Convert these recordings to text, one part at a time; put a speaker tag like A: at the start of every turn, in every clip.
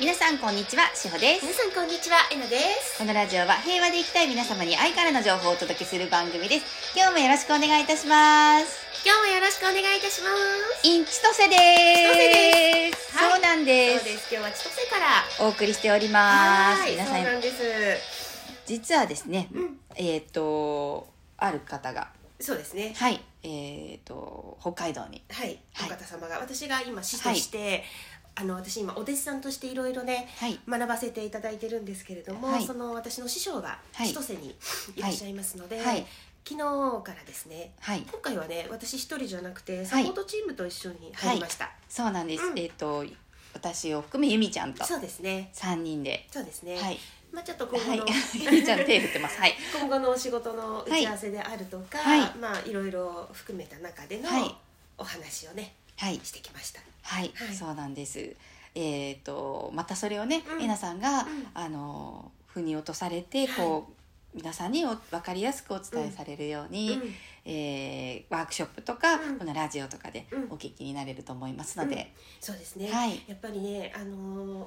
A: 皆さんこんにちは、しほで
B: 皆
A: す。
B: さんこんにちは、えのです。
A: このラジオは平和で生きたい皆様に愛からの情報をお届けする番組です。今日もよろしくお願いいたします。
B: 今日もよろしくお願いいたします。
A: インチトセでーす。
B: はい
A: そうなんで
B: そう
A: す。
B: です。今日は千歳から。
A: お送りしております。
B: ーい、
A: 皆
B: そう
A: さん、
B: なんです。
A: 実はですね、
B: うん、
A: えっ、と、ある方が、
B: そうですね。
A: はい、えっ、と、北海道に。
B: はい、
A: はい
B: お方様が、私が今師として、あの私今お弟子さんとしていろいろね。
A: はい、
B: 学ばせていただいてるんですけれども、
A: はい
B: その私の師匠が
A: はい
B: 千歳にいらっしゃいますので、
A: はい、
B: 昨日からですね
A: はい。
B: 今回はね私一人じゃなくてサポートチームと一緒に入りました、
A: そうなんです。
B: うん
A: えっ、と、私を含めゆみちゃんと
B: そうですね
A: 三人で、
B: そうですね、
A: はい、
B: まあちょっと今後
A: はい
B: の、、
A: ゆみちゃん手振ってます。はい。
B: 今後のお仕事の打ち合わせであるとか、
A: はい
B: まあいろいろ含めた中での
A: はい
B: お話をね
A: はい、
B: してきました。
A: はい、
B: はい
A: そうなんです。えっ、と、またそれをね、
B: うん
A: えなさんが、
B: ん
A: あの、腑に落とされて、こう。皆さんにお分かりやすくお伝えされるように、えーワークショップとか、
B: うん
A: このラジオとかで
B: うん
A: お聞きになれると思いますので、
B: そうですね。
A: はい
B: やっぱりねあのー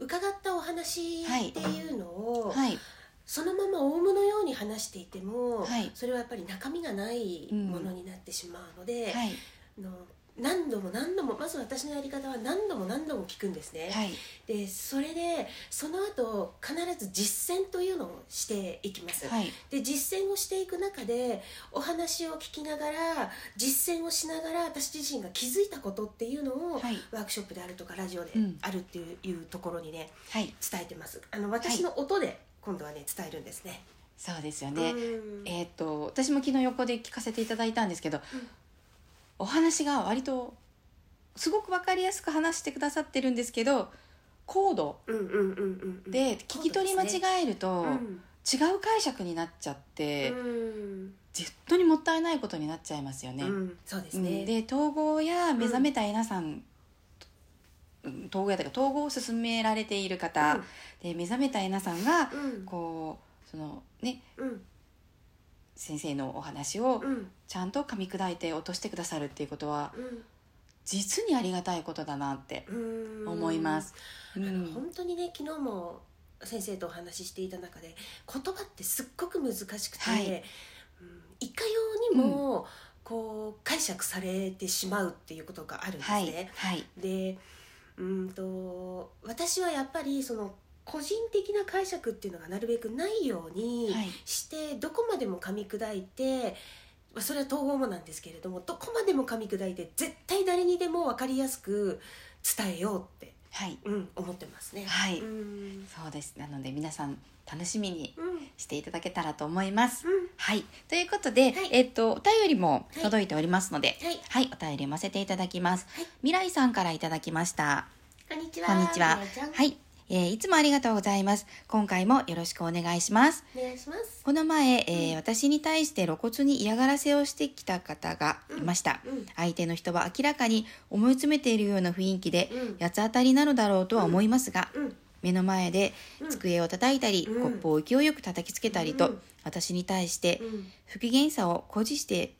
B: 伺ったお話っていうのを、
A: はい
B: そのままオウムのように話していても、
A: はい
B: それはやっぱり中身がないものになってしまうので、
A: はい
B: あの何度も何度もまず私のやり方は何度も何度も聞くんですね。
A: はい
B: でそれでその後必ず実践というのをしていきます。
A: はい
B: で実践をしていく中でお話を聞きながら実践をしながら私自身が気づいたことっていうのを、
A: はい
B: ワークショップであるとかラジオで
A: うん
B: あるっていう,、ところにね
A: はい
B: 伝えてますあの私の音で今度はね伝えるんですね、
A: そうですよね。
B: うん
A: えっ、と私も昨日横で聞かせていただいたんですけど、お話が割とすごく分かりやすく話してくださってるんですけど高度
B: うんうんうんうんうん
A: で聞き取り間違えると
B: うん
A: 違う解釈になっちゃって
B: うん
A: 絶当にもったいないことになっちゃいますよね
B: う。んそうです
A: うん
B: ね、
A: で統合や目覚めた皆さんうん統合やというか統合を進められている方で目覚めた皆さんが
B: うんうん
A: こうそのね
B: うん
A: 先生のお話を
B: うん
A: ちゃんと噛み砕いて落としてくださるっていうことは
B: うん
A: 実にありがたいことだなって
B: うん
A: 思います。う
B: あの
A: ん
B: 本当にね昨日も先生とお話ししていた中で言葉ってすっごく難しくて、
A: はい
B: うんいかようにも、こう解釈されてしまうっていうことがあるんです
A: はい
B: ね。
A: はい
B: でうんと私はやっぱりその個人的な解釈っていうのがなるべくないように
A: はい
B: して、どこまでも噛み砕いてまあそれは統合もなんですけれどもどこまでも噛み砕いて絶対誰にでも分かりやすく伝えようって
A: はい
B: うん、思ってますね。
A: はい
B: うん、
A: そうですなので皆さん楽しみに
B: うん、
A: していただけたらと思います。
B: うん、
A: はい、ということで、
B: はい
A: えっとお便りも
B: はい
A: 届いておりますので、
B: はい、
A: はい、お便り読ませていただきます。
B: はい
A: 未来さんからいただきました。
B: こんにちは。
A: こんにちは
B: みなちゃん。
A: はい、えーいつもありがとうございます。今回もよろしくお願いします。
B: お願いします。
A: この前、えー私に対して露骨に嫌がらせをしてきた方がいました。
B: うん、
A: 相手の人は明らかに思い詰めているような雰囲気で、
B: うん
A: 八つ当たりなのだろうとは思いますが、
B: うん、
A: 目の前で
B: うん
A: 机を叩いたり、
B: うん
A: コップを勢いよく叩きつけたりと、
B: うん
A: 私に対して
B: うん、
A: 不機嫌さを誇示して、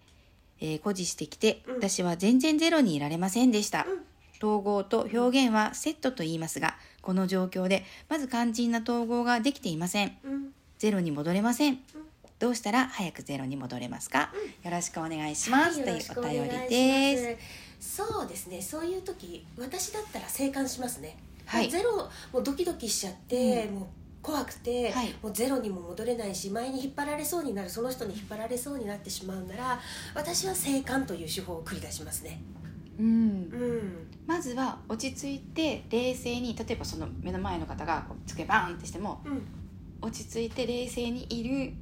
A: えー誇示してきて、
B: うん
A: 私は全然ゼロにいられませんでした、
B: うん
A: 統合と表現はセットと言いますがこの状況でまず肝心な統合ができていません
B: うん、
A: ゼロに戻れません、どうしたら早くゼロに戻れますか、よろしくお願いします、
B: はいよろし
A: と
B: く
A: いうお
B: 願い
A: 便
B: しま
A: りです
B: す。そうですね。そういう時、私だったら静観しますね。
A: はい
B: もうゼロ、もうドキドキしちゃって、もう。怖くて、
A: はい
B: もうゼロにも戻れないし前に引っ張られそうになるその人に引っ張られそうになってしまうなら私は静観という手法を繰り出しますね。
A: うん
B: うん、
A: まずは落ち着いて冷静に例えばその目の前の方がこう机バーンってしても
B: うん、
A: 落ち着いて冷静にいる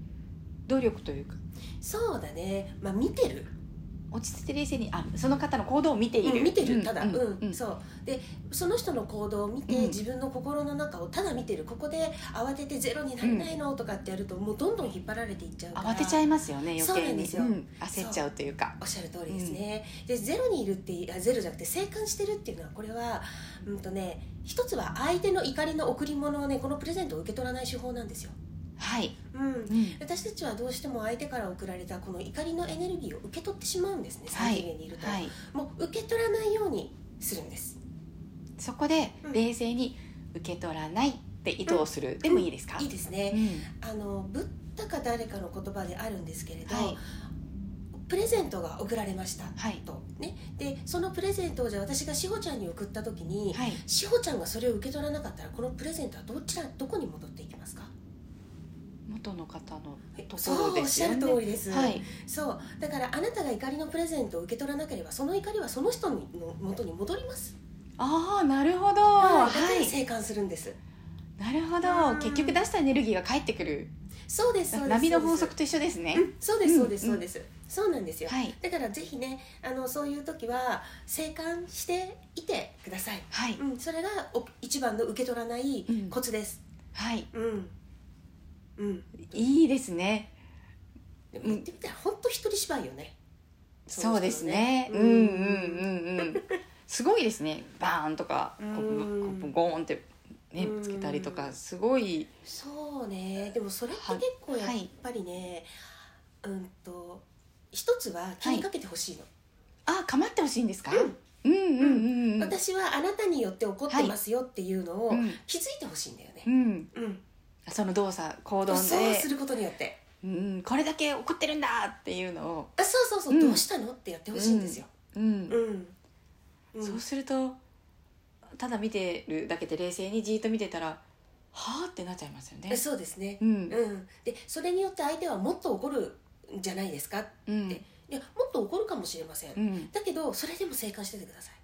A: 努力というか
B: そうだね。まあ見てる
A: 落ち着いて冷静にあその方の行動を見ている、
B: うん見てる
A: うん
B: ただ、
A: う
B: うんん
A: うん
B: そうでその人の行動を見て、
A: うん
B: 自分の心の中をただ見てるここで慌ててゼロになれないの、とかってやるともうどんどん引っ張られていっちゃうから
A: 慌てちゃいますよね余計に
B: そうなんですよ
A: 焦っちゃうというか
B: おっしゃる通りですね、でゼロにいるっていやゼロじゃなくて静観してるっていうのはこれはうんとね一つは相手の怒りの贈り物をねこのプレゼントを受け取らない手法なんですよ
A: はい、
B: うん
A: うん
B: 私たちはどうしても相手から送られたこの怒りのエネルギーを受け取ってしまうんですね
A: は
B: 最
A: い
B: 低限にいると、
A: はい、
B: もう受け取らないようにするんです
A: そこで
B: うん
A: 冷静に受け取らないで意図をする、でもいいですか、
B: いいですね
A: う、ん
B: あのブッダか誰かの言葉であるんですけれど、
A: はい
B: プレゼントが贈られました
A: はい
B: と、ね、でそのプレゼントをじゃあ私が志保ちゃんに送った時に、
A: はい
B: 志保ちゃんがそれを受け取らなかったらこのプレゼントはどちらどこに戻っていきますか
A: 元の方のと
B: そ
A: ころ
B: うお
A: で
B: っ
A: す
B: しゃ
A: よ
B: る
A: ね
B: 通りです、
A: はい
B: そうだからあなたが怒りのプレゼントを受け取らなければその怒りはその人の元に戻ります
A: ああなるほどはい
B: はだから
A: い
B: 生還するんです、
A: なるほ
B: うん
A: ど結局出したエネルギーが返ってくる
B: そうですそうです
A: 波の法
B: そうで
A: 則と一緒ですね
B: すうんそうですそうです
A: うん
B: そうです、そうなんですよ、
A: はい
B: だからぜひねあのそういう時は生還していてください、
A: はい
B: うん、それがお一番の受け取らない
A: うん
B: コツです
A: はい
B: うんうん
A: いいですね
B: でも言ってみたら本当一人芝居よね
A: そうですねうんうん
B: の人
A: う
B: の
A: んうんすごいですねバーンとかこ
B: う
A: うんこうゴーンってね
B: うん
A: つけたりとかすごい
B: そうねでもそれって
A: は
B: 結構やっぱりね、うんと一つは気にかけてほしいの、
A: あ構ってほしいんですか
B: うん
A: うんうんうんうん
B: 私はあなたによって怒ってますよっていうのを
A: うん
B: 気づいてほしいんだよね
A: う、ん
B: うん
A: その動作行動で
B: そうすることによって
A: うんこれだけ怒ってるんだっていうのを
B: あそうそうそう、
A: うん
B: どうしたのってやってほしいんですよ、
A: うん
B: うんうん
A: そうするとただ見てるだけで冷静にじーっと見てたらはあってなっちゃいますよね
B: え。そうですね
A: う、
B: うん
A: ん
B: でそれによって相手はもっと怒るんじゃないですか
A: うん
B: いやもっと怒るかもしれません、
A: うん、
B: だけどそれでも静観しててください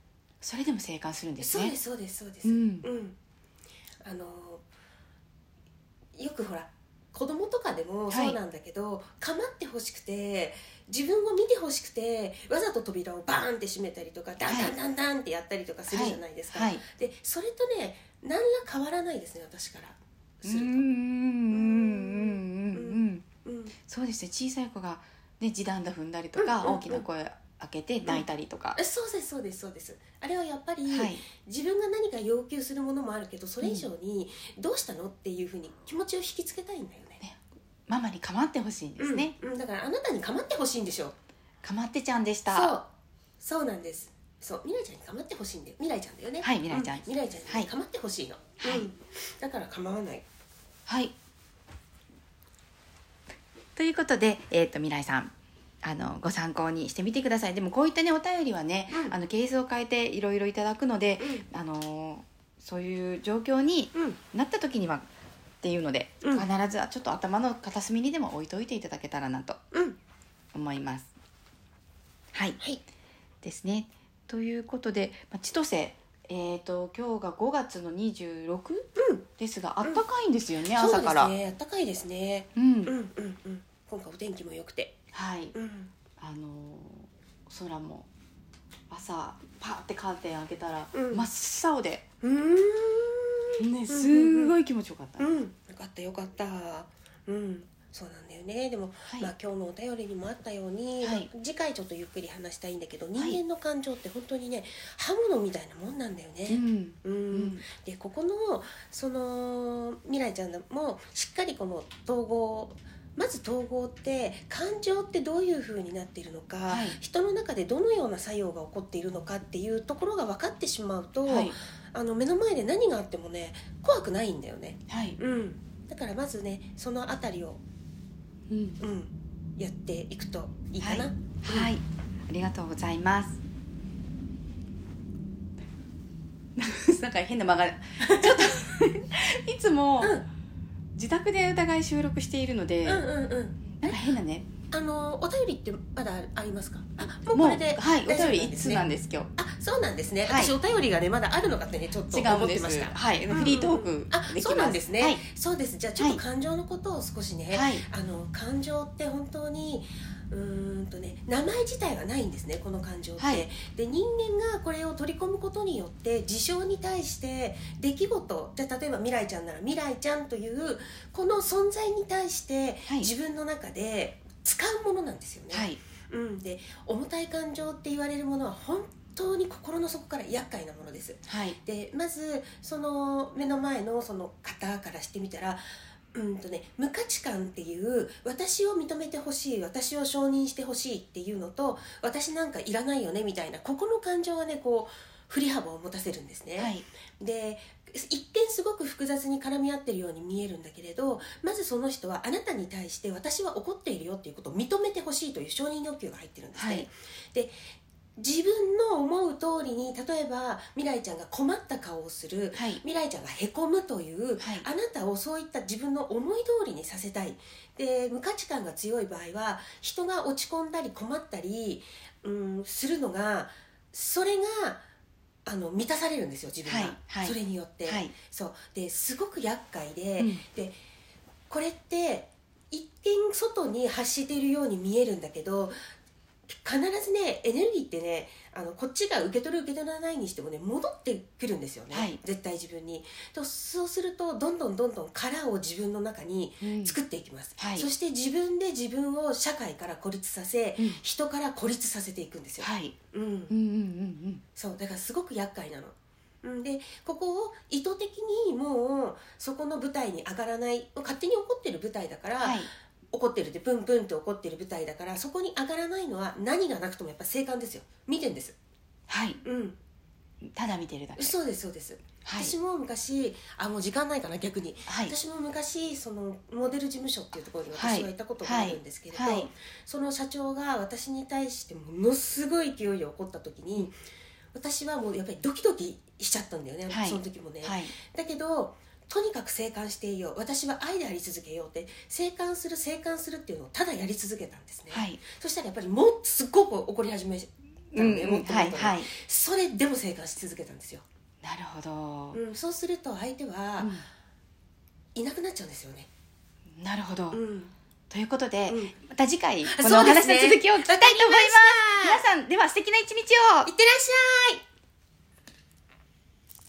A: それでも生還するんです
B: そうで
A: ね。
B: すそうですそうです、
A: うん
B: うん、あのよくほら子供とかでも
A: はい
B: そうなんだけど、構ってほしくて自分を見てほしくてわざと扉をバーンって閉めたりとかダンダンダンダンってやったりとかするじゃないですか、
A: はい。
B: でそれとね何ら変わらないですね私から
A: う
B: す
A: んう
B: る
A: ん
B: と、
A: うんうんうん。
B: うん
A: そうですね。小さい子がね時短だ踏んだりとか、
B: うんうんうん
A: 大きな声開けて泣いたりとか
B: え。そうですそうですそうですあれはやっぱり、
A: はい。
B: 自分が何か要求するものもあるけどそれ以上にどうしたのっていうふうに気持ちを引きつけたいんだよね
A: ママに構ってほしいんですね。
B: うんうん、だからあなたに構ってほしいんでしょ
A: 構ってちゃんでした。
B: そうそうなんですそう未来ちゃんに構ってほしいんで未来ちゃんだよね
A: はい未来ちゃん
B: う未来ちゃん
A: は
B: に
A: い
B: 構ってほしいの、
A: はい
B: うんだから構わない
A: はい。ということで、えっ、と、未来さん。あの、ご参考にしてみてください。でも、こういったね、お便りはね、
B: うん
A: あの、ケースを変えて、いろいろいただくので。あのーそういう状況に
B: うん、うん、
A: なった時には。っていうので、
B: うん
A: 必ず、ちょっと頭の片隅にでも置いといていただけたらなと
B: うん
A: 思います。はい。
B: はい
A: ですね。ということで、まあ、千歳。えー、と今日が5月の26
B: うん
A: ですが、あったかいんですよね、
B: そう
A: 朝
B: で
A: か
B: す
A: ら、
B: ね暖かいですね
A: うん
B: うんうんうん今回お天気も良くて
A: はい、
B: うん
A: あのー空も朝パーってカーテン開けたら、
B: うん
A: 真っ青で、
B: うーん
A: ね、すごい気持ちよかった、
B: うんよかったよかったうんそうなんだよねでも
A: はい、
B: まあ、今日のお便りにもあったように、
A: はい
B: まあ次回ちょっとゆっくり話したいんだけど人間の感情って本当にね刃物みたいなもんなんだよ
A: う
B: ね。
A: ん
B: う
A: う
B: ん
A: ん
B: でここのその未来ちゃんもしっかりこの統合まず統合って感情ってどういうふうになっているのか、
A: はい
B: 人の中でどのような作用が起こっているのかっていうところが分かってしまうと、
A: はい
B: あの目の前で何があってもね怖くないんだよね。
A: はい、
B: うん、だからまずねそのあたりを
A: うん
B: うん、やっていくといいかな。
A: はいはい、ありがとうございます なんか変な間がちょ っといつも
B: うん
A: 自宅でお互い収録しているので、
B: うんうんうん。
A: なんか変なね
B: あのお便りってまだありますか？あもうこれで
A: はいお
B: 大丈夫
A: 便り
B: なん
A: 一
B: です
A: 通
B: ね
A: なんです今日
B: あそうなんですね。
A: はい
B: 私お便りがねまだあるのかってねちょっと
A: 違
B: 思
A: うん
B: っ
A: で
B: てまし
A: す
B: た。
A: はい、
B: うんうん
A: フリートーク
B: あ
A: できます
B: そうなんですね
A: はい
B: そうです。じゃあちょっと
A: は
B: 感情のことを少しね。
A: はい
B: あの感情って本当にうーんとね名前自体がないんですねこの感情って、
A: はい
B: で人間がこれを取り込むことによって事象に対して出来事じゃあ例えば未来ちゃんなら未来ちゃんというこの存在に対して
A: はい
B: 自分の中で使うものなんですよね、
A: はい
B: うん、で重たい感情って言われるものは本当に心の底から厄介なものです
A: はい
B: でまずその目の前のその方からしてみたらうんとね、無価値観っていう私を認めてほしい私を承認してほしいっていうのと私なんかいらないよねみたいなここの感情がねこう振り幅を持たせるんですね、
A: はい
B: で一見すごく複雑に絡み合ってるように見えるんだけれどまずその人はあなたに対して私は怒っているよっていうことを認めてほしいという承認欲求が入ってるんですね。
A: はい
B: 自分の思う通りに例えば未来ちゃんが困った顔をする
A: はい
B: 未来ちゃんがへこむという、
A: はい
B: あなたをそういった自分の思い通りにさせたいで無価値観が強い場合は人が落ち込んだり困ったり、うん、するのがそれがあの満たされるんですよ自分が、
A: はいはい
B: それによって、
A: はい
B: そうですごく厄介で、
A: うん
B: でこれって一見外に発しているように見えるんだけど必ずねエネルギーってねあのこっちが受け取る受け取らないにしてもね戻ってくるんですよね、
A: はい
B: 絶対自分にとそうするとどんどんどんどん殻を自分の中に
A: うん
B: 作っていきます、
A: うんはい
B: そして自分で自分を社会から孤立させ、
A: うん
B: 人から孤立させていくんですよ、
A: はい
B: うん
A: うんうんうん
B: そうだからすごく厄介なの。うんでここを意図的にもうそこの舞台に上がらない勝手に怒ってる舞台だから、
A: うんはい
B: 怒ってるってプンプンって怒ってる舞台だからそこに上がらないのは何がなくともやっぱ静観ですよ見てんです
A: はい
B: うん
A: ただ見てるだけ
B: そうですそうです、
A: はい
B: 私も昔あもう時間ないかな逆に、
A: はい
B: 私も昔そのモデル事務所っていうところに
A: はい
B: 私は行ったことがあるんですけれど、
A: はいはい
B: その社長が私に対してものすごい勢いで怒った時に私はもうやっぱりドキドキしちゃったんだよね、
A: はい
B: その時もね、
A: はい
B: だけどとにかく静観していよう私は愛であり続けようって静観する静観するっていうのをただやり続けたんですね、
A: はい
B: そしたらやっぱりもうすっごく怒り始めた
A: う
B: の
A: ん
B: ね、
A: う
B: も
A: ん
B: っと
A: は
B: もっ
A: い
B: とね
A: はい
B: それでも静観し続けたんですよ、
A: なるほど
B: うん、そうすると相手はいなくなっちゃうんですよね、
A: うんなるほど
B: うん、
A: ということで
B: うん
A: また次回こ
B: そうですね
A: のお話の続きを聞きたいと思います
B: わかりました
A: 皆さんでは素敵な一日を
B: いってらっしゃい